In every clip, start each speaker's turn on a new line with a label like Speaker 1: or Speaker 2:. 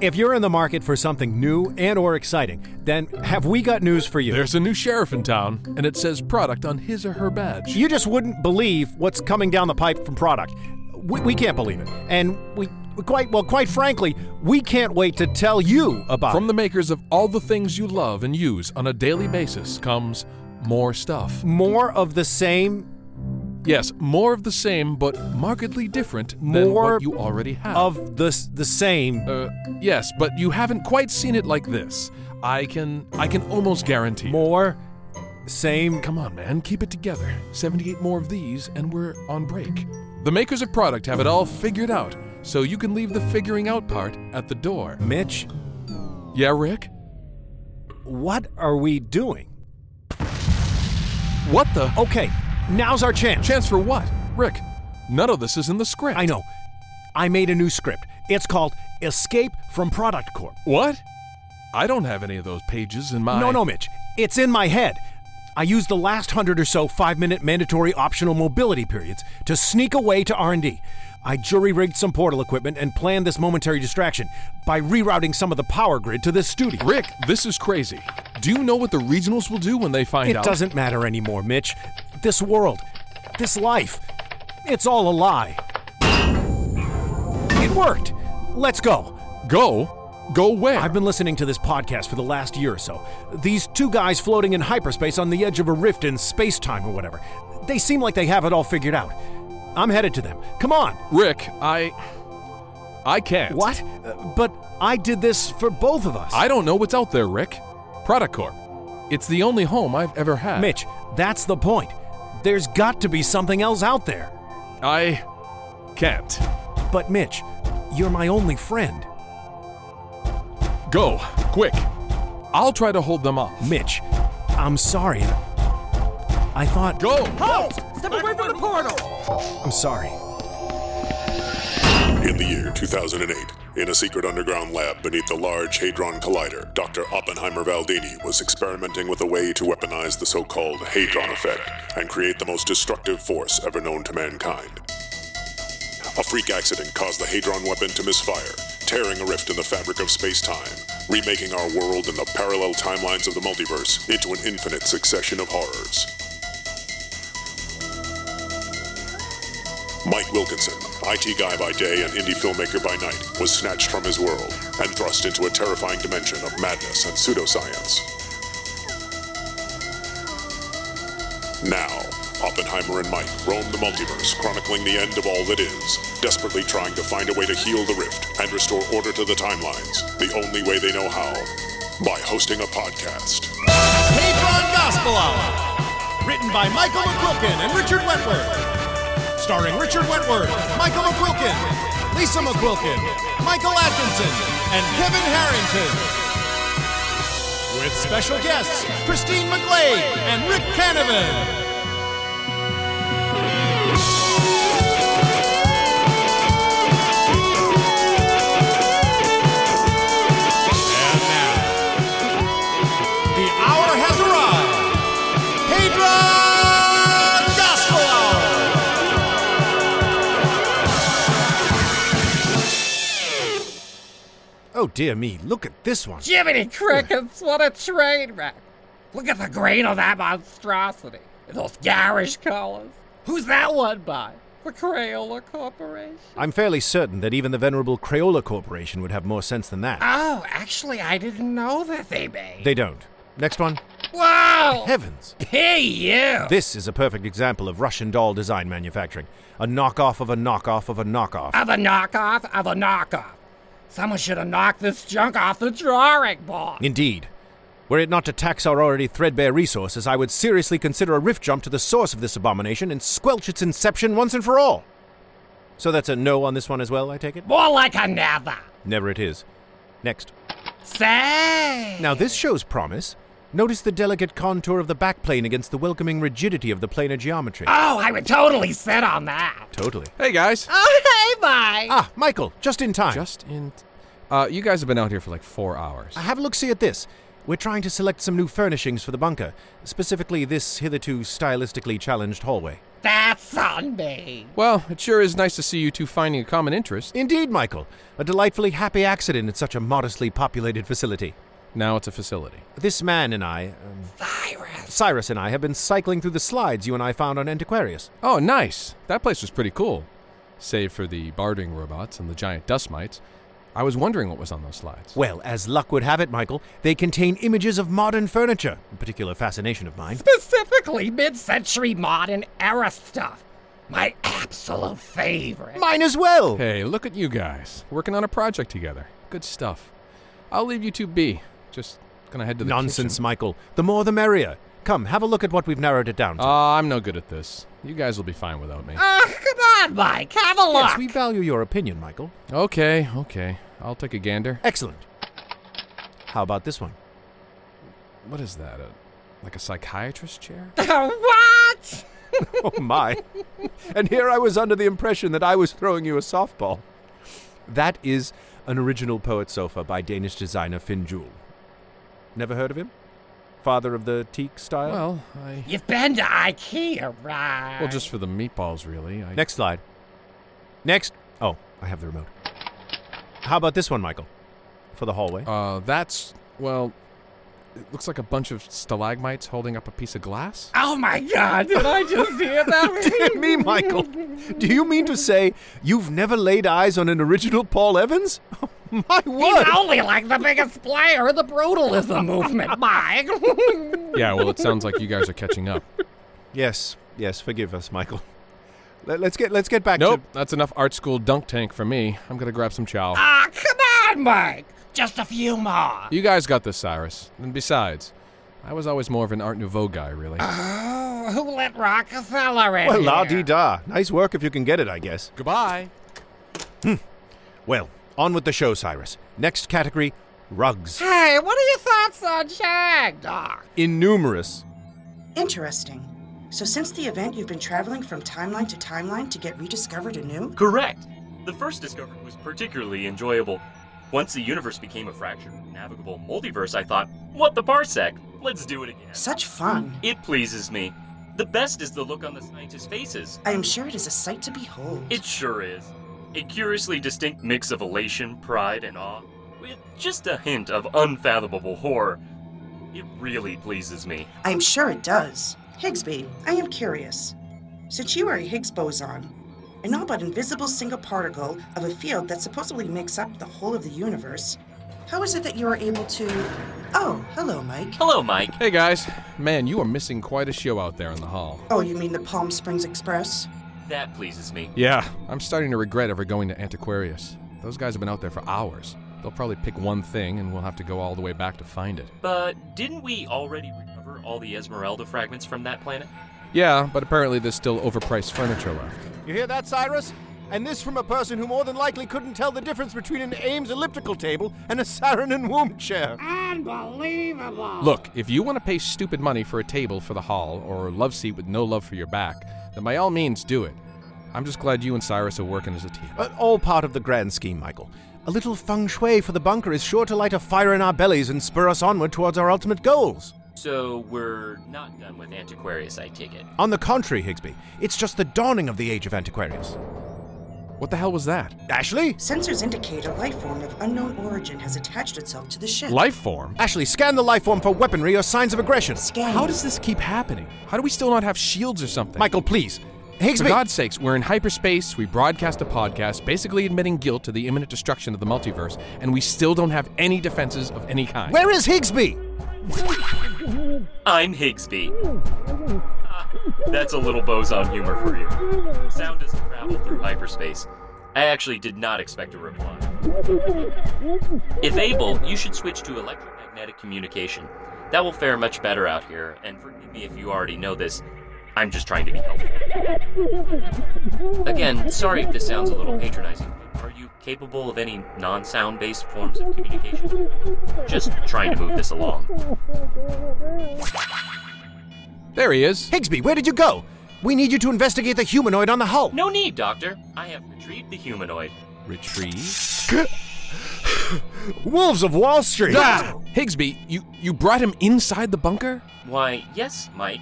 Speaker 1: If you're in the market for something new and or exciting, then have we got news for you?
Speaker 2: There's a new sheriff in town, and it says product on his or her badge.
Speaker 1: you just wouldn't believe what's coming down the pipe from product. We, we can't believe it. And we we quite well quite frankly, we can't wait to tell you about
Speaker 2: From
Speaker 1: it.
Speaker 2: the makers of all the things you love and use on a daily basis comes more stuff.
Speaker 1: more of the same
Speaker 2: Yes, more of the same, but markedly different than
Speaker 1: More
Speaker 2: what you already have.
Speaker 1: of the s- the same.
Speaker 2: uh, yes, but you haven't quite seen it like this. I can, I can almost guarantee. it.
Speaker 1: More same
Speaker 2: Come on, man, keep it together. 78 more of these, and we're on break. The makers of product have it all figured out, so you can leave the figuring out part at the door.
Speaker 1: Mitch,
Speaker 2: Yeah, Rick?
Speaker 1: what are we doing?
Speaker 2: What the? Oh,
Speaker 1: Okay, now's our chance.
Speaker 2: chance for what? Rick, none of this is in the script.
Speaker 1: I know. I made a new script. It's called Escape from Product Corp.
Speaker 2: What? I don't have any of those pages in my.
Speaker 1: No, no, Mitch. It's in my head. I used the last hundred or so five-minute mandatory optional mobility periods to sneak away to R&D. I jury-rigged some portal equipment and planned this momentary distraction by rerouting some of the power grid to this studio.
Speaker 2: Rick, this is crazy. Do you know what the regionals will do when they find
Speaker 1: It
Speaker 2: out?
Speaker 1: doesn't matter anymore, Mitch. This world, this life, it's all a lie. It worked. Let's go.
Speaker 2: Go? Go where?
Speaker 1: I've been listening to this podcast for the last year or so. These two guys floating in hyperspace on the edge of a rift in space time or whatever. They seem like they have it all figured out. I'm headed to them. Come on.
Speaker 2: Rick, I. I can't.
Speaker 1: What? Uh, but I did this for both of us.
Speaker 2: I don't know what's out there, Rick. Product Corp. It's the only home I've ever had.
Speaker 1: Mitch, that's the point. There's got to be something else out there.
Speaker 2: I can't.
Speaker 1: But, Mitch, you're my only friend.
Speaker 2: Go, quick. I'll try to hold them off.
Speaker 1: Mitch, I'm sorry. I thought.
Speaker 2: Go!
Speaker 3: Halt! Step away from the portal!
Speaker 1: I'm sorry.
Speaker 4: In the year 2008, in a secret underground lab beneath the Large Hadron Collider, Dr. Oppenheimer Valdini was experimenting with a way to weaponize the so called Hadron Effect and create the most destructive force ever known to mankind. A freak accident caused the Hadron weapon to misfire, tearing a rift in the fabric of space time, remaking our world and the parallel timelines of the multiverse into an infinite succession of horrors. Mike Wilkinson, IT guy by day and indie filmmaker by night, was snatched from his world and thrust into a terrifying dimension of madness and pseudoscience. Now, Oppenheimer and Mike roam the multiverse, chronicling the end of all that is, desperately trying to find a way to heal the rift and restore order to the timelines, the only way they know how by hosting a podcast.
Speaker 5: Patron Gospel Hour. Written by Michael McQuilkin and Richard Wentworth. Starring Richard Wentworth, Michael McQuilkin, Lisa McQuilkin, Michael Atkinson, and Kevin Harrington. With special guests Christine McGlade and Rick Canavan. And now, the hour has arrived. Hadron Gospel Hour.
Speaker 1: Oh, dear me. Look at this one.
Speaker 3: Jiminy Crickets, what a train wreck! Look at the grain of that monstrosity. And those garish colors. Who's that one by? The Crayola Corporation?
Speaker 1: I'm fairly certain that even the venerable Crayola Corporation would have more sense than that.
Speaker 3: Oh, actually, I didn't know that they made.
Speaker 1: They don't. Next one.
Speaker 3: Wow!
Speaker 1: Heavens.
Speaker 3: Hey, you!
Speaker 1: This is a perfect example of Russian doll design manufacturing. A knockoff of a knockoff of a knockoff.
Speaker 3: Of a knockoff of a knockoff. Someone should have knocked this junk off the drawing board.
Speaker 1: Indeed. Were it not to tax our already threadbare resources, I would seriously consider a rift jump to the source of this abomination and squelch its inception once and for all. So that's a no on this one as well, I take it?
Speaker 3: More like another.
Speaker 1: Never it is. Next.
Speaker 3: Say!
Speaker 1: Now this shows promise. Notice the delicate contour of the backplane against the welcoming rigidity of the planar geometry.
Speaker 3: Oh, I would totally sit on that.
Speaker 1: Totally.
Speaker 2: Hey, guys.
Speaker 3: Oh, hey, bye.
Speaker 1: Ah, Michael, just in time.
Speaker 2: Just in. Uh, you guys have been out here for like four hours.
Speaker 1: Uh, Have a look see at this. We're trying to select some new furnishings for the bunker, specifically this hitherto stylistically challenged hallway.
Speaker 3: That's on me.
Speaker 2: Well, it sure is nice to see you two finding a common interest.
Speaker 1: Indeed, Michael. A delightfully happy accident at such a modestly populated facility.
Speaker 2: Now it's a facility.
Speaker 1: This man and I, um,
Speaker 3: Cyrus.
Speaker 1: Cyrus and I, have been cycling through the slides you and I found on Antiquarius.
Speaker 2: Oh, nice. That place was pretty cool. Save for the bartering robots and the giant dust mites. I was wondering what was on those slides.
Speaker 1: Well, as luck would have it, Michael, they contain images of modern furniture, a particular fascination of mine.
Speaker 3: Specifically mid century modern era stuff. My absolute favorite.
Speaker 1: Mine as well!
Speaker 2: Hey, look at you guys. Working on a project together. Good stuff. I'll leave you two be. Just gonna head to the
Speaker 1: Nonsense,
Speaker 2: kitchen.
Speaker 1: Michael. The more the merrier. Come, have a look at what we've narrowed it down to.
Speaker 2: Ah, I'm no good at this. You guys will be fine without me.
Speaker 3: Ah, come on, Mike. Have a look.
Speaker 1: yes, we value your opinion, Michael.
Speaker 2: Okay, okay. I'll take a gander.
Speaker 1: Excellent. How about this one?
Speaker 2: What is that? A, like a psychiatrist chair?
Speaker 3: what?
Speaker 1: Oh, my. and here I was under the impression that I was throwing you a softball. That is an original poet sofa by Danish designer Finn Jewell. Never heard of him? Father of the teak style?
Speaker 2: Well, I.
Speaker 3: You've been to IKEA, right?
Speaker 2: Well, just for the meatballs, really. I,
Speaker 1: Next slide. Next. Oh, I have the remote. How about this one, Michael? For the hallway.
Speaker 2: Uh, that's. Well, it looks like a bunch of stalagmites holding up a piece of glass.
Speaker 3: Oh my god, did I just hear that?
Speaker 1: Dear me, Michael. Do you mean to say you've never laid eyes on an original Paul Evans? My word.
Speaker 3: He's only like the biggest player in the brutalism movement, Mike.
Speaker 2: Yeah, well, it sounds like you guys are catching up.
Speaker 1: Yes, yes, forgive us, Michael. Let, let's get let's get back
Speaker 2: Nope,
Speaker 1: to
Speaker 2: that's enough art school dunk tank for me. I'm gonna grab some chow.
Speaker 3: Ah, come on, Mike. Just a few more.
Speaker 2: You guys got this, Cyrus. And besides, I was always more of an Art Nouveau guy, really.
Speaker 3: Oh, who let Rockefeller in?
Speaker 1: Well,
Speaker 3: here?
Speaker 1: la di da. Nice work if you can get it, I guess.
Speaker 2: Goodbye.
Speaker 1: Well, on with the show, Cyrus. Next category, rugs.
Speaker 3: Hey, what are your thoughts on Shag Doc?
Speaker 1: Innumerous.
Speaker 6: Interesting. So, since the event, you've been traveling from timeline to timeline to get rediscovered anew?
Speaker 7: Correct! The first discovery was particularly enjoyable. Once the universe became a fractured, navigable multiverse, I thought, what the parsec? Let's do it again.
Speaker 6: Such fun.
Speaker 7: It pleases me. The best is the look on the scientists' faces.
Speaker 6: I am sure it is a sight to behold.
Speaker 7: It sure is. A curiously distinct mix of elation, pride, and awe, with just a hint of unfathomable horror. It really pleases me.
Speaker 6: I am sure it does. Higgsby, I am curious. Since you are a Higgs boson, an all but invisible single particle of a field that supposedly makes up the whole of the universe, how is it that you are able to. Oh, hello, Mike.
Speaker 7: Hello, Mike.
Speaker 2: Hey guys, man, you are missing quite a show out there in the hall.
Speaker 6: Oh, you mean the Palm Springs Express?
Speaker 7: That pleases me.
Speaker 2: Yeah. I'm starting to regret ever going to Antiquarius. Those guys have been out there for hours. They'll probably pick one thing and we'll have to go all the way back to find it.
Speaker 7: But didn't we already recover all the Esmeralda fragments from that planet?
Speaker 2: Yeah, but apparently there's still overpriced furniture left.
Speaker 1: You hear that, Cyrus? And this from a person who more than likely couldn't tell the difference between an Ames elliptical table and a Saarinen womb chair.
Speaker 3: Unbelievable.
Speaker 2: Look, if you want to pay stupid money for a table for the hall or a love seat with no love for your back, then by all means do it. I'm just glad you and Cyrus are working as a team.
Speaker 1: Uh, all part of the grand scheme, Michael. A little feng shui for the bunker is sure to light a fire in our bellies and spur us onward towards our ultimate goals.
Speaker 7: So we're not done with Antiquarius, I take it.
Speaker 1: On the contrary, Higsby, it's just the dawning of the age of Antiquarius.
Speaker 2: What the hell was that?
Speaker 1: Ashley?
Speaker 6: Sensors indicate a life form of unknown origin has attached itself to the ship.
Speaker 2: Life form?
Speaker 1: Ashley, scan the life form for weaponry or signs of aggression.
Speaker 6: Scan.
Speaker 2: How does this keep happening? How do we still not have shields or something?
Speaker 1: Michael, please.
Speaker 2: For
Speaker 1: Higsby.
Speaker 2: God's sakes, we're in hyperspace, we broadcast a podcast, basically admitting guilt to the imminent destruction of the multiverse, and we still don't have any defenses of any kind.
Speaker 1: where is Higsby?
Speaker 7: I'm Higsby. Ah, That's a little boson humor for you. Sound doesn't travel through hyperspace. I actually did not expect a reply. If able, you should switch to electromagnetic communication. That will fare much better out here, and forgive me if you already know this. I'm just trying to be helpful. Again, sorry if this sounds a little patronizing, but are you capable of any non sound based forms of communication? Just trying to move this along.
Speaker 2: There he is.
Speaker 1: Higsby, where did you go? We need you to investigate the humanoid on the hull.
Speaker 7: No need, Doctor. I have retrieved the humanoid.
Speaker 2: Retrieve.
Speaker 1: Wolves of Wall Street.
Speaker 2: Ah! Higsby, you, you brought him inside the bunker?
Speaker 7: Why, yes, Mike.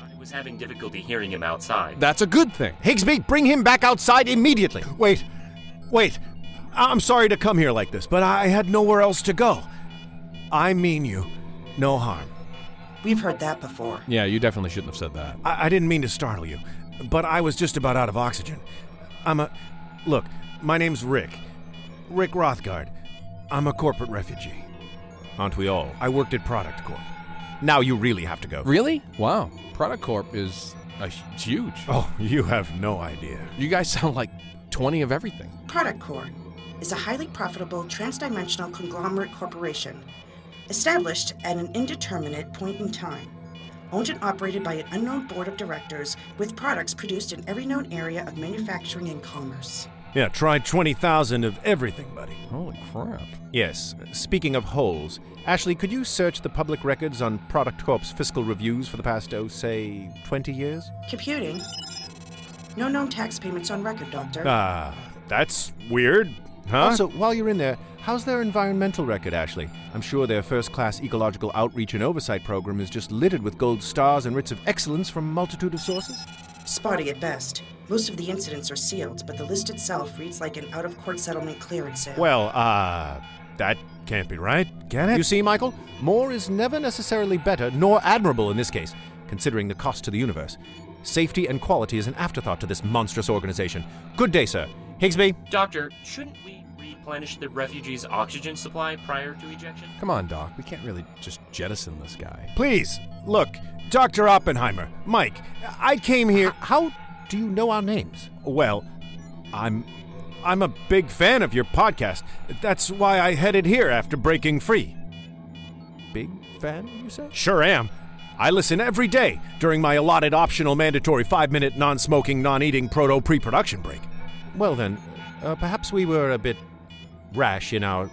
Speaker 7: I was was having difficulty hearing him outside.
Speaker 2: That's a good thing.
Speaker 1: Higsby, bring him back outside immediately. Wait, wait. I- I'm sorry to come here like this, but I had nowhere else to go. I mean you. No harm.
Speaker 6: We've heard that before.
Speaker 2: Yeah, you definitely shouldn't have said that.
Speaker 1: I, I didn't mean to startle you, but I was just about out of oxygen. I'm a. Look, my name's Rick. Rick Rothgard. I'm a corporate refugee.
Speaker 2: Aren't we all?
Speaker 1: I worked at Product Corp. Now you really have to go.
Speaker 2: Really? Wow. Product Corp is a hu- huge.
Speaker 1: Oh, you have no idea.
Speaker 2: You guys sound like 20 of everything.
Speaker 6: Product Corps is a highly profitable transdimensional conglomerate corporation established at an indeterminate point in time, owned and operated by an unknown board of directors with products produced in every known area of manufacturing and commerce.
Speaker 1: Yeah, try 20,000 of everything, buddy.
Speaker 2: Holy crap.
Speaker 8: Yes, speaking of holes, Ashley, could you search the public records on Product Corp's fiscal reviews for the past, oh, say, 20 years?
Speaker 6: Computing. No known tax payments on record, Doctor.
Speaker 1: Ah, that's weird, huh?
Speaker 8: Also, while you're in there, how's their environmental record, Ashley? I'm sure their first class ecological outreach and oversight program is just littered with gold stars and writs of excellence from a multitude of sources.
Speaker 6: Spotty at best. Most of the incidents are sealed, but the list itself reads like an out of court settlement clearance sale.
Speaker 1: well, uh, that can't be right, can it?
Speaker 8: You see, Michael, more is never necessarily better nor admirable in this case, considering the cost to the universe. Safety and quality is an afterthought to this monstrous organization. Good day, sir. Higsby,
Speaker 7: Doctor, shouldn't we replenish the refugee's oxygen supply prior to ejection?
Speaker 2: Come on, Doc. We can't really just jettison this guy.
Speaker 1: Please, look, Dr. Oppenheimer, Mike, I came here.
Speaker 8: how do you know our names?
Speaker 1: Well, I'm. I'm a big fan of your podcast. That's why I headed here after breaking free.
Speaker 8: Big fan, you say?
Speaker 1: Sure am. I listen every day during my allotted optional mandatory five minute non smoking, non eating proto pre production break.
Speaker 8: Well, then, uh, perhaps we were a bit rash in our.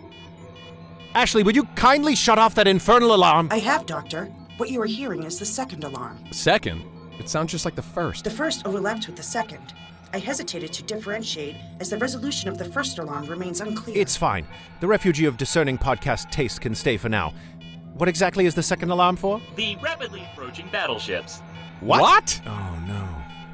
Speaker 8: Ashley, would you kindly shut off that infernal alarm?
Speaker 6: I have, Doctor. What you are hearing is the second alarm.
Speaker 2: Second, it sounds just like the first.
Speaker 6: The first overlapped with the second. I hesitated to differentiate as the resolution of the first alarm remains unclear.
Speaker 8: It's fine. The refugee of discerning podcast taste can stay for now. What exactly is the second alarm for?
Speaker 7: The rapidly approaching battleships.
Speaker 2: What?
Speaker 1: Oh no.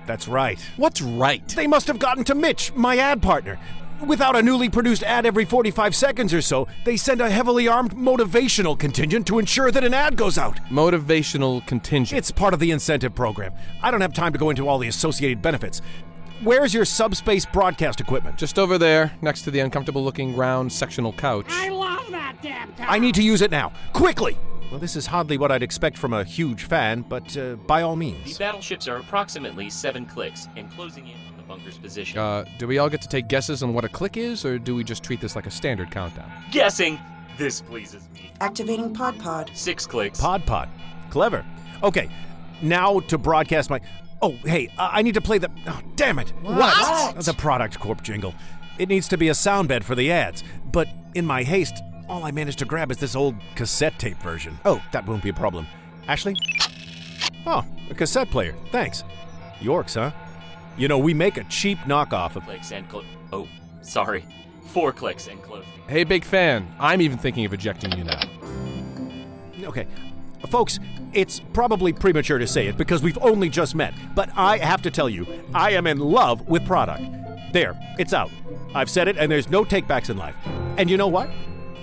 Speaker 1: That's right.
Speaker 2: What's right?
Speaker 1: They must have gotten to Mitch, my ad partner. Without a newly produced ad every 45 seconds or so, they send a heavily armed motivational contingent to ensure that an ad goes out.
Speaker 2: Motivational contingent.
Speaker 1: It's part of the incentive program. I don't have time to go into all the associated benefits. Where's your subspace broadcast equipment?
Speaker 2: just over there, next to the uncomfortable looking round sectional couch.
Speaker 3: I love that damn town.
Speaker 1: I need to use it now. Quickly!
Speaker 8: Well, this is hardly what I'd expect from a huge fan, but uh, by all
Speaker 7: The
Speaker 8: means.
Speaker 7: battleships are approximately seven clicks and closing in on the bunker's position.
Speaker 2: Uh, do we all get to take guesses on what a click is, or do we just treat this like a standard countdown?
Speaker 7: Guessing. This pleases me.
Speaker 6: activating pod pod.
Speaker 7: Six clicks.
Speaker 1: Pod Pod. Clever. Okay, now to broadcast my. Oh, hey, I I need to play the. Oh, damn it. What? The Product Corp jingle. It needs to be a sound bed for the ads, but in my haste, all I managed to grab is this old cassette tape version.
Speaker 8: Oh, that won't be a problem. Ashley?
Speaker 1: Oh, a cassette player. Thanks.
Speaker 8: Yorks, huh?
Speaker 1: You know, we make a cheap knockoff of.
Speaker 7: Clicks and close. Oh, sorry. Four clicks and closing.
Speaker 2: Hey, big fan, I'm even thinking of ejecting you now.
Speaker 1: Okay. Folks, it's probably premature to say it because we've only just met, but I have to tell you, I am in love with product. There, it's out. I've said it, and there's no takebacks in life. And you know what?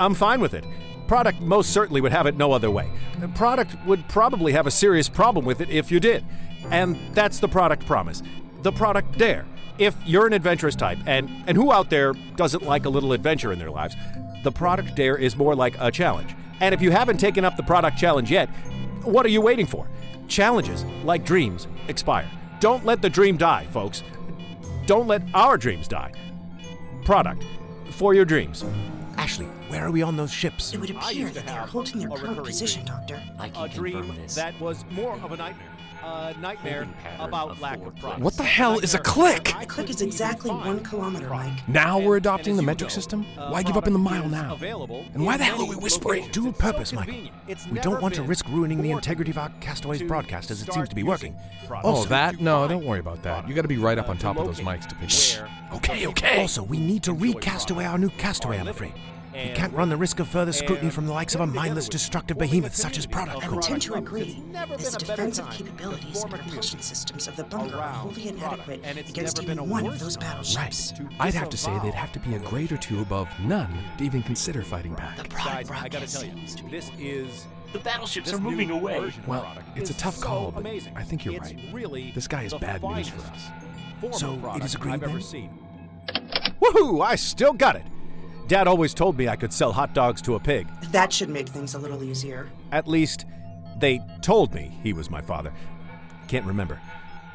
Speaker 1: I'm fine with it. Product most certainly would have it no other way. The Product would probably have a serious problem with it if you did. And that's the product promise. The product dare. If you're an adventurous type, and, and who out there doesn't like a little adventure in their lives, the product dare is more like a challenge. And if you haven't taken up the product challenge yet, what are you waiting for? Challenges, like dreams, expire. Don't let the dream die, folks. Don't let our dreams die. Product for your dreams. Ashley, where are we on those ships?
Speaker 6: It would appear that they are holding their
Speaker 1: a
Speaker 6: current
Speaker 1: recurring
Speaker 6: position, Doctor.
Speaker 7: I can
Speaker 1: A dream
Speaker 7: confirm this.
Speaker 1: that was more of a nightmare. A nightmare
Speaker 7: Holding pattern
Speaker 1: about
Speaker 7: of
Speaker 1: lack
Speaker 7: four
Speaker 1: of progress.
Speaker 7: clicks. What
Speaker 2: the hell is a click?
Speaker 6: The click is exactly one kilometer, Mike.
Speaker 2: Now
Speaker 1: And-
Speaker 2: we're
Speaker 1: and
Speaker 2: adopting
Speaker 1: as
Speaker 2: the
Speaker 1: you
Speaker 2: metric
Speaker 1: know,
Speaker 2: system?
Speaker 1: uh,
Speaker 2: Why give up in the mile
Speaker 1: product is
Speaker 2: now?
Speaker 1: available
Speaker 2: And why
Speaker 1: in
Speaker 2: the hell
Speaker 1: many
Speaker 2: are we whispering?
Speaker 1: locations.
Speaker 8: Dual
Speaker 1: It's so
Speaker 8: purpose, Michael.
Speaker 1: convenient. It's
Speaker 8: We
Speaker 1: never
Speaker 8: don't want to
Speaker 1: been
Speaker 8: risk ruining the
Speaker 1: more
Speaker 8: integrity of our castaways
Speaker 1: to
Speaker 8: broadcast as it
Speaker 1: start
Speaker 8: seems to be
Speaker 1: using
Speaker 8: working.
Speaker 1: product.
Speaker 2: Oh,
Speaker 1: Also,
Speaker 2: that?
Speaker 1: to
Speaker 2: No,
Speaker 1: find
Speaker 2: don't worry about that.
Speaker 1: product,
Speaker 2: You gotta be right up
Speaker 1: uh,
Speaker 2: on top of those
Speaker 1: locate
Speaker 2: mics to pick
Speaker 1: where
Speaker 2: it. Okay,
Speaker 1: people
Speaker 2: okay.
Speaker 8: Also, we need to
Speaker 1: enjoy
Speaker 8: recast away
Speaker 1: product
Speaker 8: our new castaway,
Speaker 1: are
Speaker 8: I'm
Speaker 1: living.
Speaker 8: afraid.
Speaker 5: He can't run the risk of further scrutiny from the likes of a mindless, destructive behemoth such as Product.
Speaker 6: I would tend to agree. Its defensive capabilities and propulsion systems of the bunker are wholly inadequate against even one of those battleships.
Speaker 2: I'd have to say they'd have to be a grade or two above none to even consider fighting back.
Speaker 6: The product rocket seems to be.
Speaker 5: this is
Speaker 7: The battleships are moving away.
Speaker 2: Well, it's a tough call, but I think you're right. This guy is bad news for us.
Speaker 5: So it is a green
Speaker 2: thing?
Speaker 1: Woohoo! I still got it. Dad always told me I could sell hot dogs to a pig.
Speaker 6: That should make things a little easier.
Speaker 1: At least, they told me he was my father. Can't remember.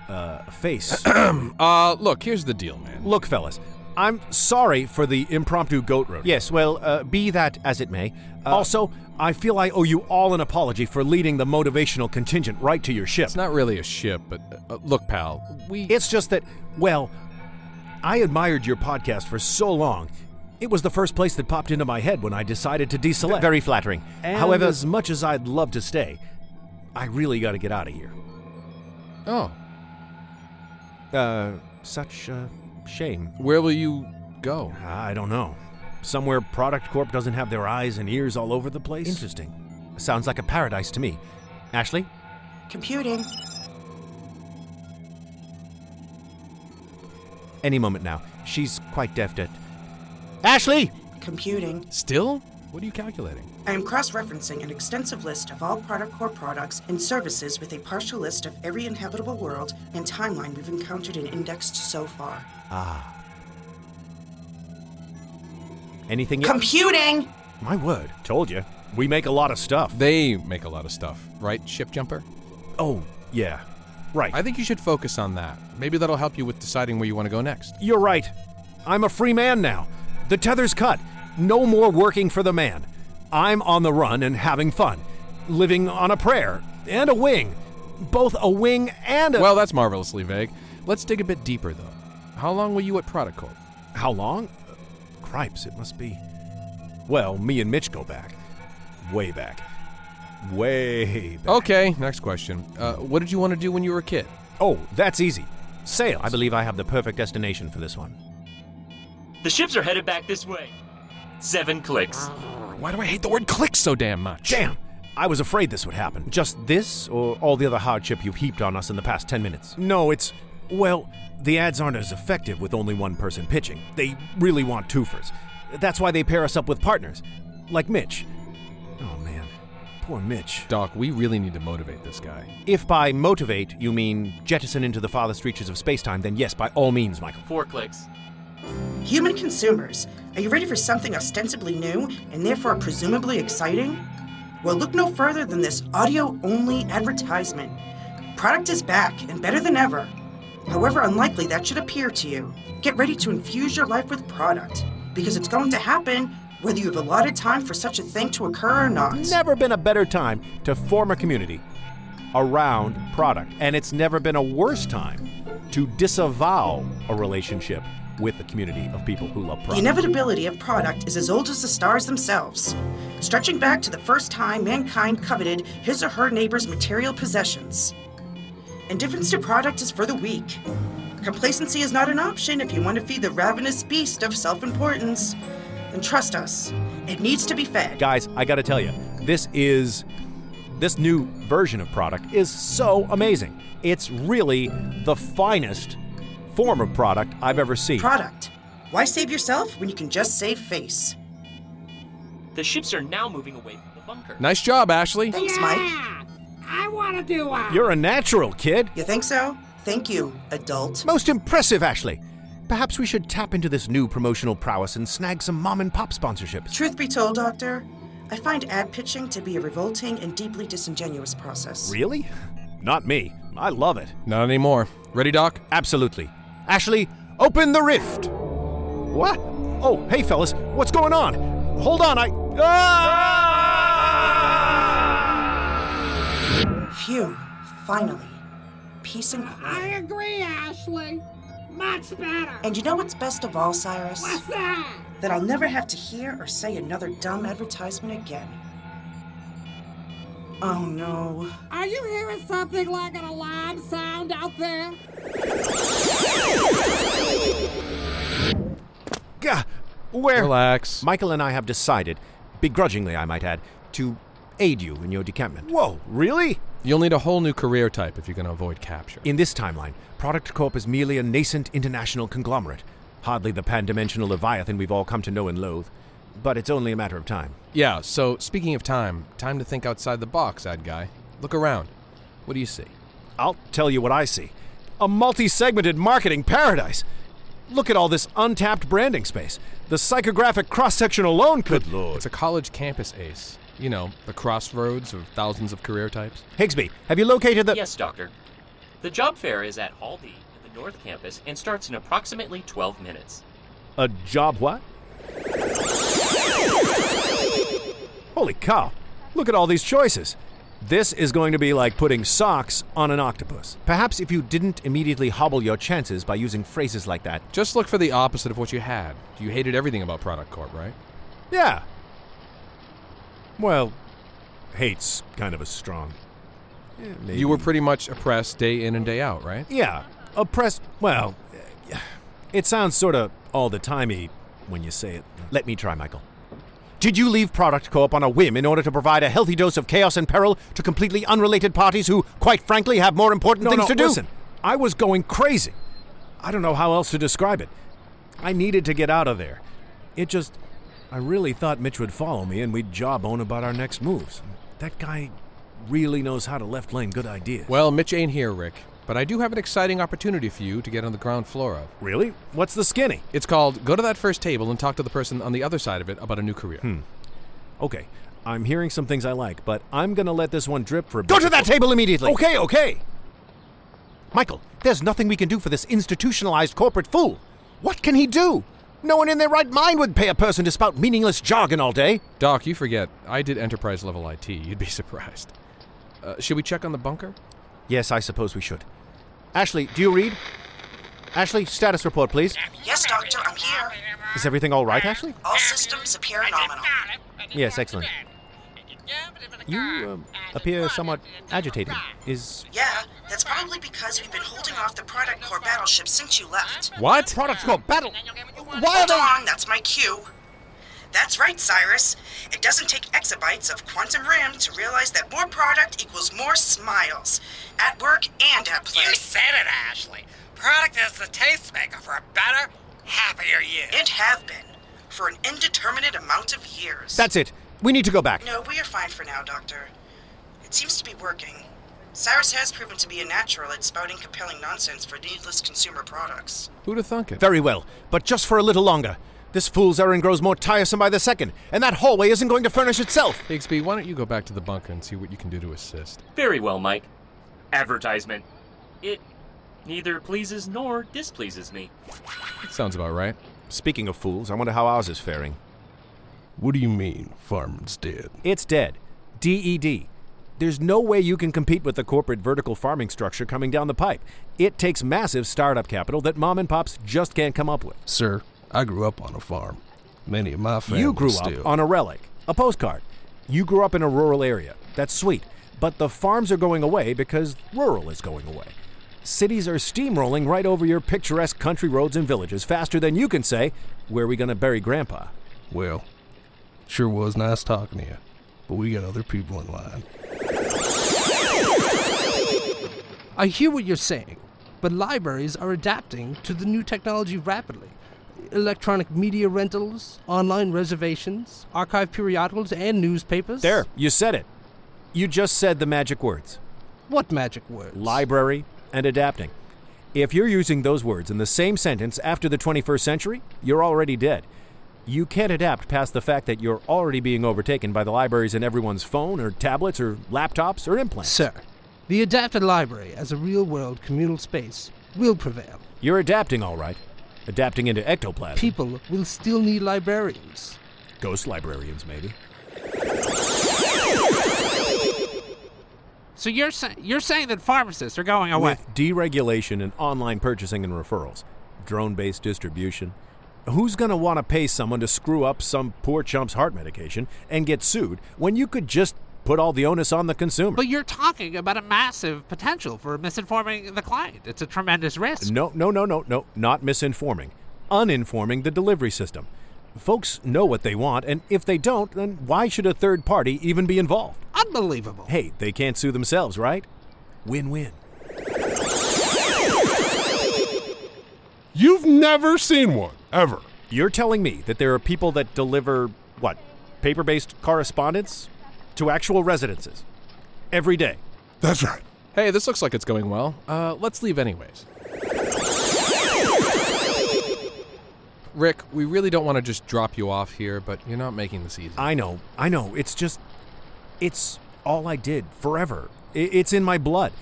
Speaker 1: Uh, face.
Speaker 2: Uh, look, here's the deal, man.
Speaker 1: Look, fellas, I'm sorry for the impromptu goat road. Yes, well, uh, be that as it may. uh, also, I feel I owe you all an apology for leading the motivational contingent right to your ship.
Speaker 2: It's not really a ship, but uh, uh, look, pal, we.
Speaker 1: It's just that, well, I admired your podcast for so long. It was the first place that popped into my head when I decided to deselect. Very flattering. However, as much as I'd love to stay, I really got to get out of here.
Speaker 2: oh,
Speaker 1: Uh, such uh, shame.
Speaker 2: where will you go?
Speaker 1: I don't know. Somewhere Product Corp doesn't have their eyes and ears all over the place. Interesting. Sounds like a paradise to me. Ashley?
Speaker 6: Computing.
Speaker 1: Any moment now. She's quite deft at. Ashley!
Speaker 6: Computing.
Speaker 2: Still? What are you calculating?
Speaker 6: I am cross referencing an extensive list of all Product Core products and services with a partial list of every inhabitable world and timeline we've encountered and indexed so far.
Speaker 1: Anything yet?
Speaker 6: Computing!
Speaker 1: My word. Told you. We make a lot of stuff.
Speaker 2: They make a lot of stuff, right, Ship Jumper?
Speaker 1: Oh, yeah. Right.
Speaker 2: I think you should focus on that. Maybe that'll help you with deciding where you want to go next.
Speaker 1: You're right. I'm a free man now. The tether's cut. No more working for the man. I'm on the run and having fun. Living on a prayer and a wing. Both a wing and a.
Speaker 2: Well, that's marvelously vague. Let's dig a bit deeper, though. How long were you at Product Corp?
Speaker 1: How long? Uh, Cripes, it must be. Well, me and Mitch go back. Way back. Way back.
Speaker 2: Okay, next question. Uh, what did you want to do when you were a kid?
Speaker 1: Oh, that's easy. Sales. I believe I have the perfect destination for this one.
Speaker 7: The ships are headed back this way. Seven clicks.
Speaker 2: Why do I hate the word click so damn much?
Speaker 1: Damn! I was afraid this would happen. Just this, or all the other hardship you've heaped on us in the past 10 minutes? No, it's. Well, the ads aren't as effective with only one person pitching. They really want twofers. That's why they pair us up with partners, like Mitch. Oh, man. Poor Mitch.
Speaker 2: Doc, we really need to motivate this guy.
Speaker 1: If by motivate you mean jettison into the farthest reaches of space time, then yes, by all means, Michael.
Speaker 7: Four clicks.
Speaker 6: Human consumers, are you ready for something ostensibly new and therefore presumably exciting? Well, look no further than this audio only advertisement. Product is back and better than ever. However unlikely that should appear to you, get ready to infuse your life with product because it's going to happen whether you have allotted time for such a thing to occur or not.
Speaker 1: Never been a better time to form a community around product, and it's never been a worse time to disavow a relationship with a community of people who love
Speaker 6: The
Speaker 1: product.
Speaker 6: inevitability of product is as old as the stars themselves, stretching back to the first time mankind coveted his or her neighbor's material possessions. Indifference to product is for the weak. Complacency is not an option if you want to feed the ravenous beast of self importance. And trust us, it needs to be fed.
Speaker 1: Guys, I gotta tell you, this is this new version of product is so amazing. It's really the finest form of product I've ever seen.
Speaker 6: Product. Why save yourself when you can just save face?
Speaker 7: The ships are now moving away from the bunker.
Speaker 2: Nice job, Ashley.
Speaker 6: Thanks, Mike.
Speaker 3: I want to do one.
Speaker 1: You're a natural, kid.
Speaker 6: You think so? Thank you, adult.
Speaker 1: Most impressive, Ashley. Perhaps we should tap into this new promotional prowess and snag some mom and pop sponsorships.
Speaker 6: Truth be told, Doctor, I find ad pitching to be a revolting and deeply disingenuous process.
Speaker 1: Really? Not me. I love it.
Speaker 2: Not anymore. Ready, Doc?
Speaker 1: Absolutely. Ashley, open the rift. What? Oh, hey, fellas, what's going on? Hold on, I. Ah!
Speaker 6: Phew, finally. Peace and
Speaker 3: I
Speaker 6: quiet.
Speaker 3: agree, Ashley. Much better.
Speaker 6: And you know what's best of all, Cyrus?
Speaker 3: What's that?
Speaker 6: That I'll never have to hear or say another dumb advertisement again. Oh no.
Speaker 3: Are you hearing something like an alarm sound out there?
Speaker 1: Gah!
Speaker 9: Where?
Speaker 2: Relax.
Speaker 1: Michael and I have decided, begrudgingly I might add, to aid you in your decampment.
Speaker 9: Whoa, really?
Speaker 2: You'll need a whole new career type if you're going to avoid capture.
Speaker 1: In this timeline, Product Corp is merely a nascent international conglomerate, hardly the pan-dimensional leviathan we've all come to know and loathe. But it's only a matter of time.
Speaker 2: yeah, so speaking of time, time to think outside the box, ad guy. Look around. What do you see?
Speaker 1: I'll tell you what I see. A multi segmented marketing paradise. Look at all this untapped branding space. The psychographic cross section alone could. Good lord.
Speaker 2: It's a college campus ace. You know, the crossroads of thousands of career types.
Speaker 1: Higsby, have you located the.
Speaker 7: Yes, Doctor. The job fair is at Hall D in the North Campus and starts in approximately 12 minutes.
Speaker 1: A job what? Holy cow. Look at all these choices. This is going to be like putting socks on an octopus. Perhaps if you didn't immediately hobble your chances by using phrases like that.
Speaker 2: Just look for the opposite of what you had. You hated everything about Product Corp, right?
Speaker 1: Yeah. Well, hate's kind of a strong. Eh, maybe.
Speaker 2: You were pretty much oppressed day in and day out, right?
Speaker 1: Yeah, oppressed. Well, it sounds sort of all the timey when you say it. Let me try, Michael. Did you leave Product Co-op on a whim in order to provide a healthy dose of chaos and peril to completely unrelated parties who, quite frankly, have more important
Speaker 9: No,
Speaker 1: things
Speaker 9: no,
Speaker 1: to do?
Speaker 9: listen. I was going crazy. I don't know how else to describe it.
Speaker 1: I needed to get out of there. It just, I really thought Mitch would follow me and we'd jawbone about our next moves. That guy really knows how to left lane good ideas.
Speaker 2: Well, Mitch ain't here, Rick, but I do have an exciting opportunity for you to get on the ground floor of.
Speaker 1: really? What's the skinny?
Speaker 2: It's called Go to That First Table and Talk to the Person on the Other Side of It About a New Career.
Speaker 1: Okay, I'm hearing some things I like, but I'm gonna let this one drip for a bit.
Speaker 9: Go to that
Speaker 1: table immediately!
Speaker 9: Okay, okay.
Speaker 1: Michael, there's nothing we can do for this institutionalized corporate fool. What can he do? No one in their right mind would pay a person to spout meaningless jargon all day.
Speaker 2: Doc, you forget, I did enterprise level IT. You'd be surprised. Uh, should we check on the bunker?
Speaker 1: Yes, I suppose we should. Ashley, do you read? Ashley, status report, please.
Speaker 6: Yes, Doctor, I'm here.
Speaker 1: Is everything all right, Ashley?
Speaker 6: All systems appear nominal.
Speaker 1: Yes, excellent. You um, appear somewhat agitated. Is
Speaker 6: Yeah, that's probably because we've been holding off the Product Corps battleship since you left.
Speaker 2: What?
Speaker 9: Product Corp battle. Why are
Speaker 6: Hold
Speaker 9: they?
Speaker 6: on, that's my cue. That's right, Cyrus. It doesn't take exabytes of quantum RAM to realize that more product equals more smiles, at work and at play.
Speaker 10: You said it, Ashley. Product is the tastemaker for a better, happier you.
Speaker 6: And have been for an indeterminate amount of years.
Speaker 1: That's it. We need to go back.
Speaker 6: No, we are fine for now, Doctor. It seems to be working. Cyrus has proven to be a natural at spouting compelling nonsense for needless consumer products.
Speaker 2: Who'd have thunk it?
Speaker 1: Very well, but just for a little longer. This fool's errand grows more tiresome by the second, and that hallway isn't going to furnish itself.
Speaker 2: Higsby, why don't you go back to the bunker and see what you can do to assist?
Speaker 7: Very well, Mike. Advertisement. It neither pleases nor displeases me.
Speaker 2: Sounds about right.
Speaker 1: Speaking of fools, I wonder how ours is faring.
Speaker 11: What do you mean, Farman's dead?
Speaker 1: It's dead. DED. There's no way you can compete with the corporate vertical farming structure coming down the pipe. It takes massive startup capital that mom and pops just can't come up with.
Speaker 11: Sir, I grew up on a farm. Many of my family
Speaker 1: you grew
Speaker 11: still.
Speaker 1: up on a relic, a postcard. You grew up in a rural area. That's sweet. But the farms are going away because rural is going away. Cities are steamrolling right over your picturesque country roads and villages faster than you can say, Where are we going to bury Grandpa?
Speaker 11: Well, sure was nice talking to you, but we got other people in line.
Speaker 3: I hear what you're saying, but libraries are adapting to the new technology rapidly. Electronic media rentals, online reservations, archive periodicals, and newspapers.
Speaker 1: There, you said it. You just said the magic words.
Speaker 3: What magic words?
Speaker 1: library, and adapting. If you're using those words in the same sentence after the 21st century, you're already dead. You can't adapt past the fact that you're already being overtaken by the libraries in everyone's phone or tablets or laptops or implants.
Speaker 3: Sir, the adapted library as a real world communal space will prevail.
Speaker 1: You're adapting all right. Adapting into ectoplasm.
Speaker 3: People will still need librarians.
Speaker 1: Ghost librarians, maybe.
Speaker 12: So you're saying you're saying that pharmacists are going away?
Speaker 1: With deregulation and online purchasing and referrals, drone based distribution, who's going to want to pay someone to screw up some poor chump's heart medication and get sued when you could just put all the onus on the consumer?
Speaker 12: But you're talking about a massive potential for misinforming the client. It's a tremendous risk.
Speaker 1: No, no, no, no, no, not misinforming. Uninforming the delivery system. Folks know what they want, and if they don't, then why should a third party even be involved?
Speaker 13: Unbelievable.
Speaker 1: Hey, they can't sue themselves, right? Win win.
Speaker 14: You've never seen one, ever.
Speaker 1: You're telling me that there are people that deliver, what, paper based correspondence to actual residences every day?
Speaker 14: That's right.
Speaker 2: Hey, this looks like it's going well. Uh, let's leave anyways. Rick, we really don't want to just drop you off here, but you're not making this
Speaker 3: Uh-
Speaker 2: easy.
Speaker 1: I know, I know. It's just, it's all I did forever. I- It's in my blood.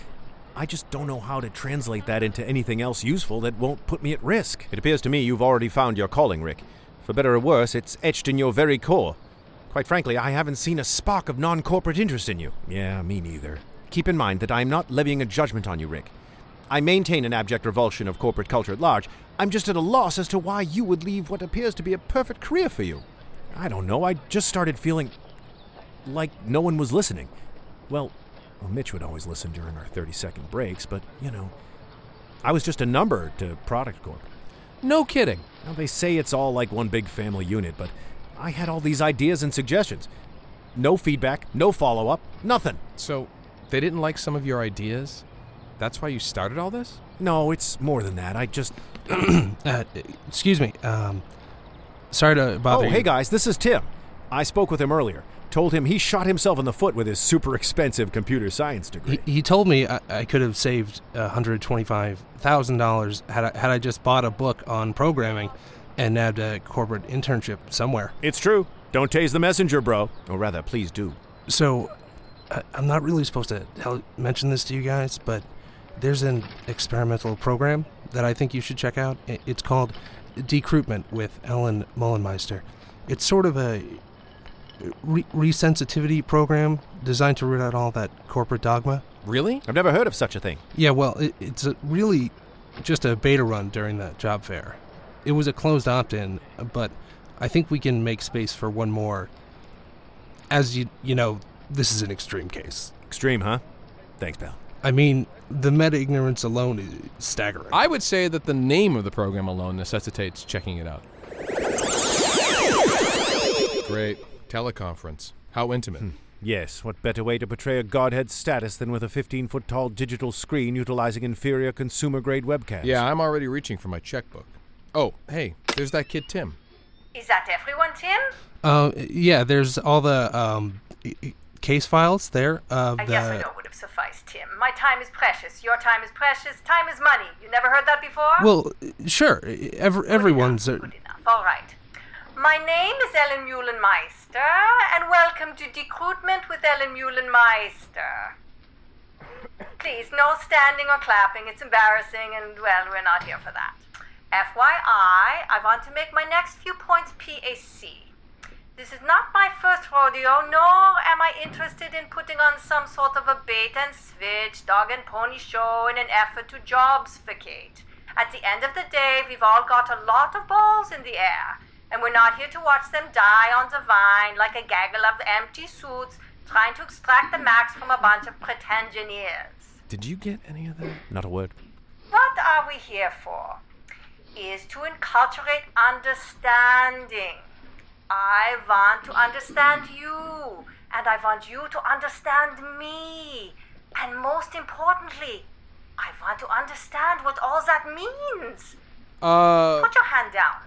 Speaker 1: I just don't know how to translate that into anything else useful that won't put me at risk.
Speaker 15: It appears to me you've already found your calling, Rick. For better or worse, it's etched in your very core.
Speaker 1: Quite frankly, I haven't seen a spark of non corporate interest in you. Yeah, me neither. Keep in mind that I am not levying a judgment on you, Rick. I maintain an abject revulsion of corporate culture at large. I'm just at a loss as to why you would leave what appears to be a perfect career for you. I don't know, I just started feeling like no one was listening. Well, well Mitch would always listen during our 30 second breaks, but, you know, I was just a number to Product Corp.
Speaker 2: No kidding.
Speaker 1: Now, they say it's all like one big family unit, but I had all these ideas and suggestions. No feedback, no follow up, nothing.
Speaker 2: So, they didn't like some of your ideas? That's why you started all this?
Speaker 1: No, it's more than that. I just.
Speaker 3: Uh, excuse me. Um, sorry to bother
Speaker 1: oh,
Speaker 3: you.
Speaker 1: hey guys, this is Tim. I spoke with him earlier. Told him he shot himself in the foot with his super expensive computer science degree.
Speaker 3: He, he told me I, I could have saved $125,000 had I, had I just bought a book on programming and nabbed a corporate internship somewhere.
Speaker 1: It's true. Don't tase the messenger, bro. Or rather, please do.
Speaker 3: So, I, I'm not really supposed to tell, mention this to you guys, but there's an experimental program that I think you should check out. I- It's called Decruitment with Ellen Mullenmeister. It's sort of a re- resensitivity program designed to root out all that corporate dogma.
Speaker 2: Really?
Speaker 1: I've never heard of such a thing.
Speaker 3: Yeah, well, it, it's a really just a beta run during that job fair. It was a closed opt in, but I think we can make space for one more. As you, you know, this is an extreme case.
Speaker 1: Extreme, huh? Thanks, pal.
Speaker 3: I mean, the meta ignorance alone is staggering.
Speaker 2: I would say that the name of the program alone necessitates checking it out. Great. Teleconference. How intimate.
Speaker 1: Yes, what better way to portray a godhead's status than with a 15 foot tall digital screen utilizing inferior consumer grade webcams?
Speaker 2: Yeah, I'm already reaching for my checkbook. Oh, hey, there's that kid Tim.
Speaker 16: Is that everyone, Tim?
Speaker 3: Uh, yeah, there's all the um, i- i- case files there. Of
Speaker 16: I
Speaker 3: the,
Speaker 16: guess a no would have sufficed, Tim. My time is precious. Your time is precious. Time is money. You never heard that before?
Speaker 3: Well, sure, e, every, everyone's. a-
Speaker 16: All right. My name is Ellen Muhlenmeister, and welcome to Decruitment with Ellen Muhlenmeister. Please, no standing or clapping. It's embarrassing, and well, we're not here for that. FYI, I want to make my next few points PAC. This is not my first rodeo, nor am I interested in putting on some sort of a bait and switch dog and pony show in an effort to jobsficate. At the end of the day, we've all got a lot of balls in the air, and we're not here to watch them die on the vine like a gaggle of empty suits trying to extract the max from a bunch of pretend engineers.
Speaker 2: Did you get any of that?
Speaker 1: Not a word.
Speaker 16: What are we here for? Is to inculturate understanding. I want to understand you, and I want you to understand me. And most importantly, I want to understand what all that means.
Speaker 2: Uh.
Speaker 16: Put your hand down.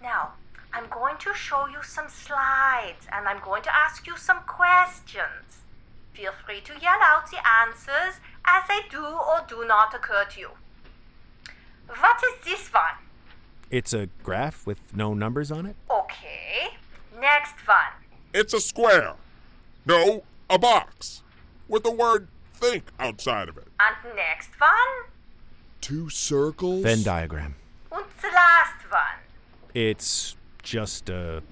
Speaker 16: Now, I'm going to show you some slides, and I'm going to ask you some questions. Feel free to yell out the answers as they do or do not occur to you. What is this one?
Speaker 1: It's a graph with no numbers on it?
Speaker 16: Okay. Next one.
Speaker 4: It's a square. No, a box. With the word think outside of it.
Speaker 16: And next one.
Speaker 4: Two circles?
Speaker 1: Venn diagram.
Speaker 16: And the last one.
Speaker 1: It's just a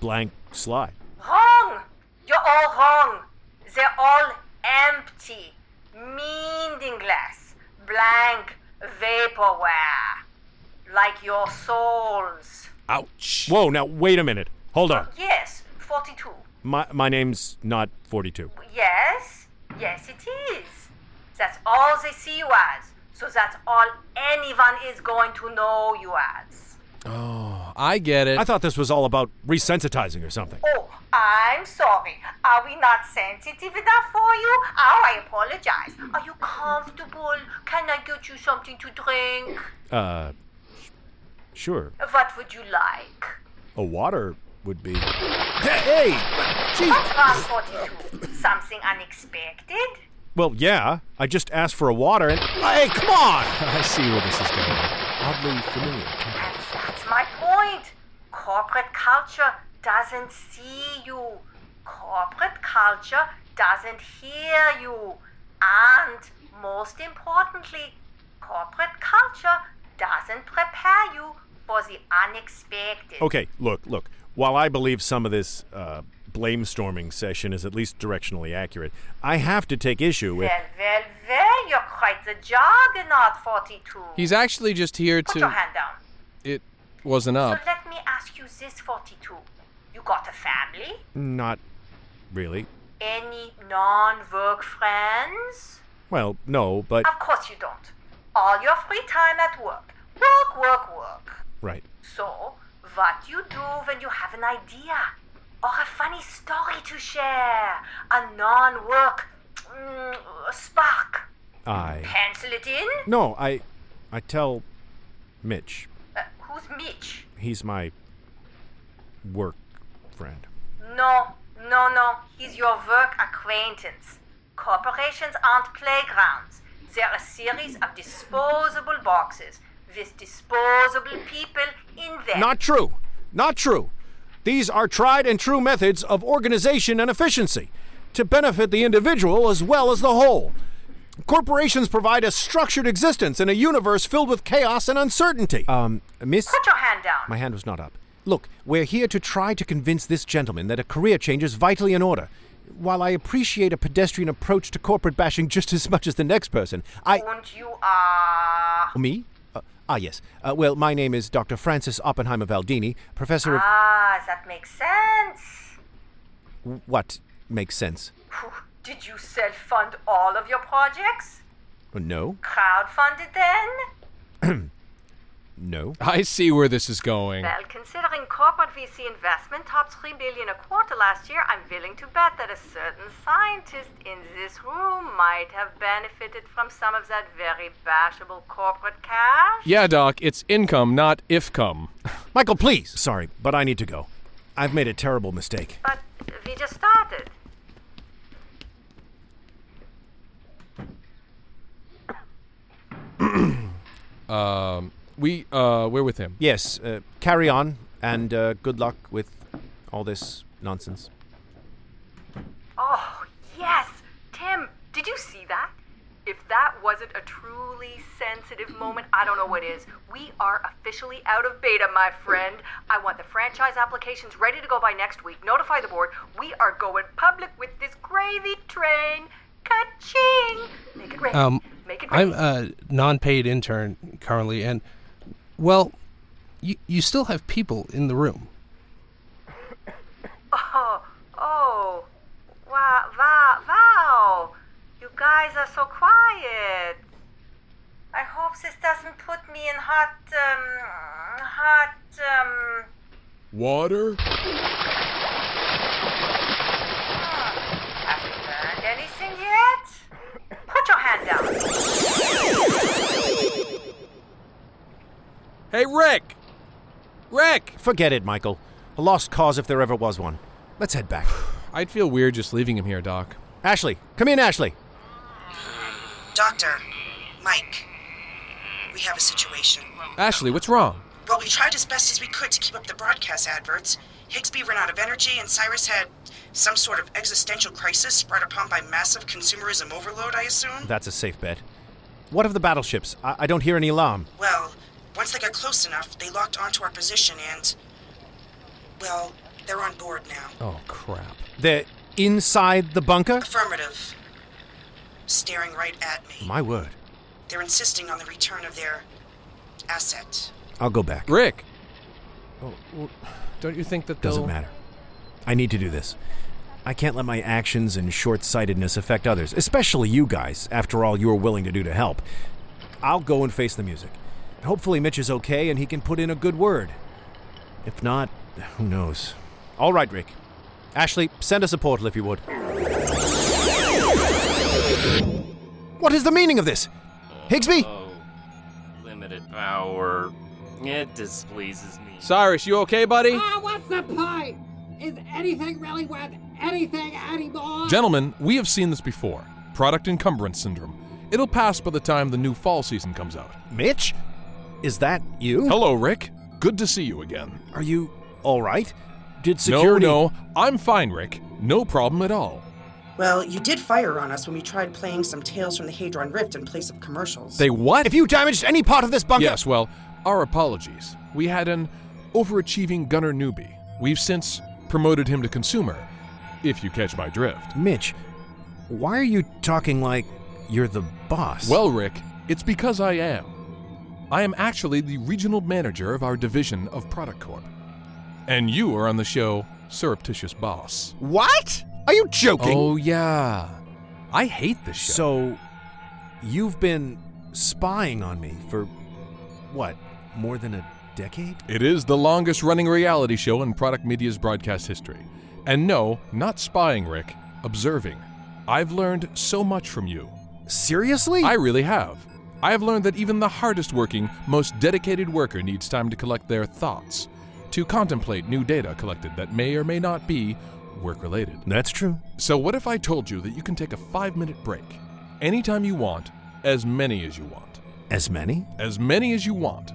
Speaker 1: blank slide.
Speaker 16: Wrong! You're all wrong. They're all empty, meaningless, blank, vaporware. Like your souls.
Speaker 2: Ouch.
Speaker 1: Whoa, now wait a minute. Hold on.
Speaker 16: Yes, 42.
Speaker 1: My my name's not 42.
Speaker 16: Yes, yes, it is. That's all they see you as. So that's all anyone is going to know you as.
Speaker 2: Oh, I get it.
Speaker 1: I thought this was all about resensitizing or something.
Speaker 16: Oh, I'm sorry. Are we not sensitive enough for you? Oh, I apologize. Are you comfortable? Can I get you something to drink?
Speaker 1: Uh, sh- sure.
Speaker 16: What would you like?
Speaker 1: A water would be. Hey!
Speaker 16: What's wrong, 42? Something unexpected?
Speaker 1: Well, yeah. I just asked for a water and. Hey, come on!
Speaker 2: I see where this is going. Oddly familiar.
Speaker 16: That's my point. Corporate culture doesn't see you. Corporate culture doesn't hear you. And most importantly, corporate culture doesn't prepare you for the unexpected.
Speaker 1: Okay, look, look. While I believe some of this uh, blame storming session is at least directionally accurate, I have to take issue with.
Speaker 16: Well, well, well, you're quite the juggernaut, 42.
Speaker 2: He's actually just here
Speaker 16: Put your
Speaker 2: to.
Speaker 16: hand down.
Speaker 2: It wasn't up.
Speaker 16: So let me ask you this, 42. You got a family?
Speaker 1: Not really.
Speaker 16: Any non work friends?
Speaker 1: Well, no, but.
Speaker 16: Of course you don't. All your free time at work. Work, work, work.
Speaker 1: Right.
Speaker 16: So, what you do when you have an idea or a funny story to share, a non work mm, spark?
Speaker 1: I.
Speaker 16: Pencil it in?
Speaker 1: No, I. I tell Mitch.
Speaker 16: Uh, who's Mitch?
Speaker 1: He's my work friend.
Speaker 16: No, no, no. He's your work acquaintance. Corporations aren't playgrounds. They're a series of disposable boxes with disposable people in them.
Speaker 1: Not true. Not true. These are tried and true methods of organization and efficiency to benefit the individual as well as the whole. Corporations provide a structured existence in a universe filled with chaos and uncertainty. Um, Miss.
Speaker 16: Put your hand down.
Speaker 1: My hand was not up. Look, we're here to try to convince this gentleman that a career change is vitally in order. While I appreciate a pedestrian approach to corporate bashing just as much as the next person, I.
Speaker 16: And you are.
Speaker 1: Me? Uh, ah, yes. Uh, well, my name is Dr. Francis Oppenheimer Valdini, professor of.
Speaker 16: Ah, that makes sense.
Speaker 1: What makes sense?
Speaker 16: Phew, Did you self fund all of your projects?
Speaker 1: No,
Speaker 16: Crowdfunded then?
Speaker 1: no.
Speaker 2: I see where this is going.
Speaker 16: Well, considering corporate VC investment topped 3 billion a quarter last year, I'm willing to bet that a certain scientist in this room might have benefited from some of that very bashable corporate cash.
Speaker 2: Yeah, Doc, it's income, not if come.
Speaker 1: Michael, please. Sorry, but I need to go. I've made a terrible mistake.
Speaker 16: But we just started.
Speaker 2: Um, we uh, we're with him.
Speaker 1: Yes, uh, carry on, and uh, good luck with all this nonsense.
Speaker 16: Oh, yes! Tim, did you see that? If that wasn't a truly sensitive moment, I don't know what is. We are officially out of beta, my friend. I want the franchise applications ready to go by next week. Notify the board. We are going public with this gravy train. Ka-ching! Make it rain.
Speaker 17: Um,
Speaker 16: Make it rain.
Speaker 17: I'm a non-paid intern currently, and well, you you still have people in the room.
Speaker 16: Oh, oh, wow, wow, wow. You guys are so quiet. I hope this doesn't put me in hot, um, hot, um,
Speaker 2: Water?
Speaker 16: hmm, have you learned anything yet? Put your hand down.
Speaker 2: Hey, Rick. Rick.
Speaker 1: Forget it, Michael. A lost cause if there ever was one. Let's head back.
Speaker 2: I'd feel weird just leaving him here, Doc.
Speaker 1: Ashley, come in, Ashley.
Speaker 6: Doctor, Mike, we have a situation.
Speaker 2: Ashley, what's wrong?
Speaker 6: Well, we tried as best as we could to keep up the broadcast adverts. Higsby ran out of energy, and Cyrus had some sort of existential crisis spread upon by massive consumerism overload, I assume?
Speaker 1: That's a safe bet. What of the battleships? I, I don't hear any alarm.
Speaker 6: Well, once they got close enough, they locked onto our position and. Well, they're on board now.
Speaker 2: Oh crap.
Speaker 1: They're inside the bunker?
Speaker 6: Affirmative. Staring right at me.
Speaker 1: My word.
Speaker 6: They're insisting on the return of their asset.
Speaker 1: I'll go back.
Speaker 2: Rick. Oh, well, don't you think that
Speaker 1: Doesn't
Speaker 2: they'll-
Speaker 1: matter. I need to do this. I can't let my actions and short sightedness affect others, especially you guys, after all you're willing to do to help. I'll go and face the music. Hopefully, Mitch is okay and he can put in a good word. If not, who knows? All right, Rick. Ashley, send us a portal if you would. What is the meaning of this? Higsby?
Speaker 2: Uh,
Speaker 7: Limited power. It displeases me.
Speaker 2: Cyrus, you okay, buddy?
Speaker 3: Ah, what's the point? Is anything really worth anything anymore?
Speaker 2: Gentlemen, we have seen this before product encumbrance syndrome. It'll pass by the time the new fall season comes out.
Speaker 1: Mitch? Is that you?
Speaker 2: Hello, Rick. Good to see you again.
Speaker 1: Are you all right? Did security.
Speaker 2: No, no. I'm fine, Rick. No problem at all.
Speaker 6: Well, you did fire on us when we tried playing some Tales from the Hadron Rift in place of commercials.
Speaker 2: They what?
Speaker 1: If you damaged any
Speaker 3: Oh.
Speaker 1: part of this bunker.
Speaker 2: Yes, well, our apologies. We had an overachieving gunner newbie. We've since promoted him to consumer, if you catch my drift.
Speaker 1: Mitch, why are you talking like you're the boss?
Speaker 2: Well, Rick, it's because I am. I am actually the regional manager of our division of Product Corp. And you are on the show Surreptitious Boss.
Speaker 1: What? Are you joking?
Speaker 2: Oh, yeah. I hate this show.
Speaker 1: So, you've been spying on me for what, more than a decade?
Speaker 2: It is the longest running reality show in product media's broadcast history. And no, not spying, Rick, observing. I've learned so much from you.
Speaker 1: Seriously?
Speaker 2: I really have. I have learned that even the hardest working, most dedicated worker needs time to collect their thoughts, to contemplate new data collected that may or may not be work related.
Speaker 1: That's true.
Speaker 2: So, what if I told you that you can take a five minute break anytime you want, as many as you want?
Speaker 1: As many?
Speaker 2: As many as you want,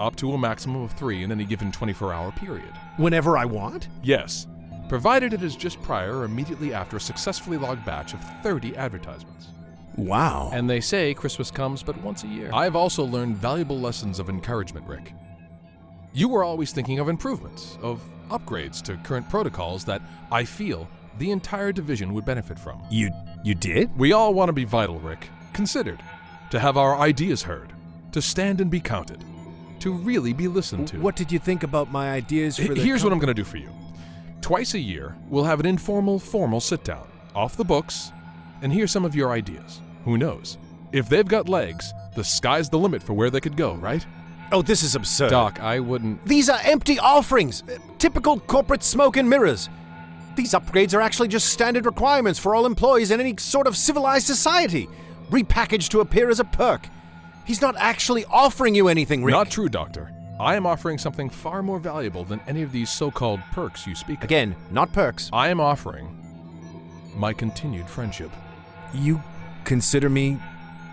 Speaker 2: up to a maximum of three in any given 24 hour period.
Speaker 1: Whenever I want?
Speaker 2: Yes, provided it is just prior or immediately after a successfully logged batch of 30 advertisements.
Speaker 1: Wow.
Speaker 2: And they say Christmas comes but once a year. I've also learned valuable lessons of encouragement, Rick. You were always thinking of improvements, of upgrades to current protocols that I feel the entire division would benefit from.
Speaker 1: You you did?
Speaker 2: We all want to be vital, Rick, considered, to have our ideas heard, to stand and be counted, to really be listened to.
Speaker 1: What did you think about my ideas for
Speaker 2: H-
Speaker 1: the
Speaker 2: Here's what I'm
Speaker 1: company?
Speaker 2: going to do for you. Twice a year, we'll have an informal, formal sit down, off the books, and hear some of your ideas. Who knows? If they've got legs, the sky's the limit for where they could go, right?
Speaker 1: Oh, this is absurd.
Speaker 2: Doc, I wouldn't.
Speaker 1: These are empty offerings, uh, typical corporate smoke and mirrors. These upgrades are actually just standard requirements for all employees in any sort of civilized society, repackaged to appear as a perk. He's not actually offering you anything, Rick.
Speaker 2: Not true, Doctor. I am offering something far more valuable than any of these so called perks you speak of.
Speaker 1: Again, not perks.
Speaker 2: I am offering my continued friendship.
Speaker 1: You consider me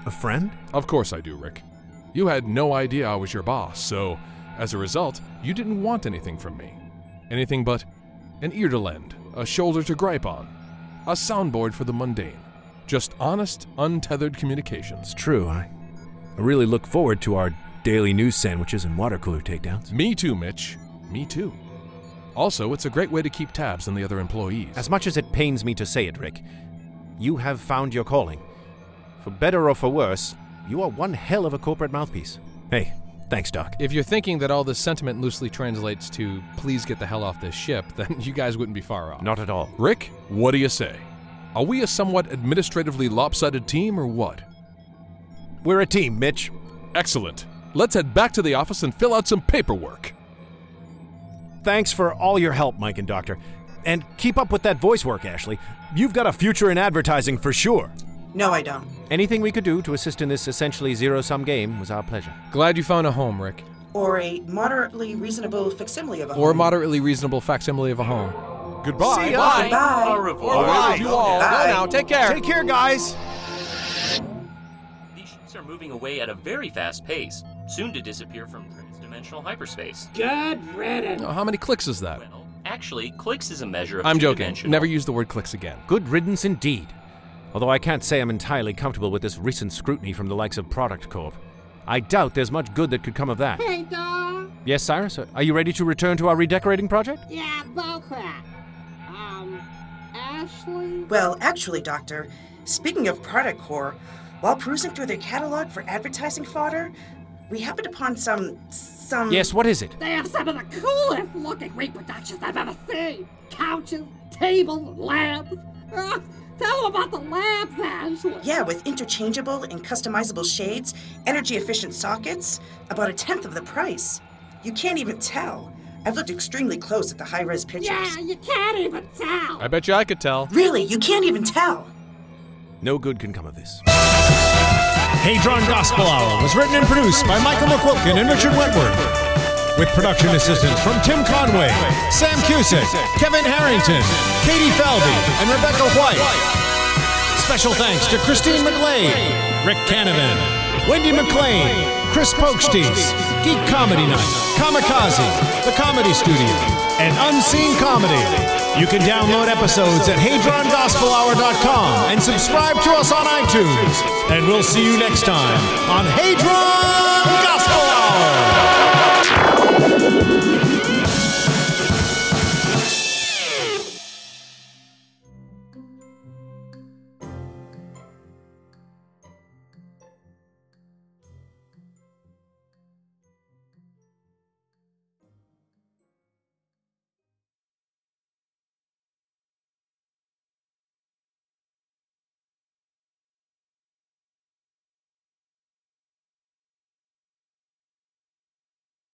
Speaker 1: a friend?
Speaker 2: Of course I do, Rick. You had no idea I was your boss, so as a result, you didn't want anything from me. Anything but an ear to lend, a shoulder to gripe on, a soundboard for the mundane. Just honest, untethered communications.
Speaker 1: It's true. I really look forward to our daily news sandwiches and water cooler takedowns.
Speaker 2: Me too, Mitch. Me too. Also, it's a great way to keep tabs on the other employees.
Speaker 1: As much as it pains me to say it, Rick, you have found your calling. For better or for worse, you are one hell of a corporate mouthpiece. Hey, thanks, Doc.
Speaker 18: If you're thinking that all this sentiment loosely translates to please get the hell off this ship, then you guys wouldn't be far off.
Speaker 1: Not at all.
Speaker 2: Rick, what do you say? Are we a somewhat administratively lopsided team or what?
Speaker 1: We're a team, Mitch.
Speaker 2: Excellent. Let's head back to the office and fill out some paperwork.
Speaker 1: Thanks for all your help, Mike and Doctor. And keep up with that voice work, Ashley. You've got a future in advertising for sure.
Speaker 6: No, I don't.
Speaker 1: Anything we could do to assist in this essentially zero sum game was our pleasure.
Speaker 18: Glad you found a home, Rick.
Speaker 6: Or a moderately reasonable facsimile of a
Speaker 18: Or a
Speaker 6: home.
Speaker 18: moderately reasonable facsimile of a home.
Speaker 2: Goodbye.
Speaker 1: See ya.
Speaker 6: Bye. Bye.
Speaker 7: Au
Speaker 2: All
Speaker 7: revoir.
Speaker 2: right, you all.
Speaker 6: Bye.
Speaker 18: Go now. Take care.
Speaker 1: Take care, guys.
Speaker 7: These ships are moving away at a very fast pace, soon to disappear from transdimensional hyperspace.
Speaker 3: Good riddance.
Speaker 18: Oh, how many clicks is that?
Speaker 7: Well, actually, clicks is a measure of
Speaker 18: I'm joking.
Speaker 7: two-dimensional-
Speaker 18: Never use the word clicks again.
Speaker 1: Good riddance indeed. Although I can't say I'm entirely comfortable with this recent scrutiny from the likes of Product Corp. I doubt there's much good that could come of that.
Speaker 16: Hmm.
Speaker 3: Hey, dog.
Speaker 1: Yes, Cyrus, are you ready to return to our redecorating project?
Speaker 16: Hmm.
Speaker 3: Yeah, bullcrap. Um, Ashley?
Speaker 6: Well, actually, Doctor, speaking of Product Core, while perusing through their catalog for advertising fodder, we happened upon some. some.
Speaker 1: Yes, what is it?
Speaker 3: They have some of the coolest looking reproductions I've ever seen. Couches, tables, labs. Ugh, tell them about the labs, Ashley.
Speaker 6: Yeah, with interchangeable and customizable shades, energy efficient sockets, about a tenth of the price. You can't even tell. I've looked extremely close at the high res pictures.
Speaker 16: Yeah, you can't even tell.
Speaker 2: I bet you I could tell.
Speaker 6: Really, you can't even tell.
Speaker 19: No good can come of this.
Speaker 1: Hadron Gospel Hour was written and produced by Michael McQuilkin and Richard Wentworth, with production assistance from Tim Conway, Sam Cusick, Kevin Harrington, Katie Falvey, and Rebecca White. Special thanks to Christine McGlade, Rick Canavan, Wendy McLean, Chris Pokestes, Geek Comedy Night, Kamikaze, The Comedy Studio, and Unseen Comedy. You can download episodes at HadronGospelHour.com and subscribe to us on iTunes. And we'll see you next time on Hadron Gospel Hour.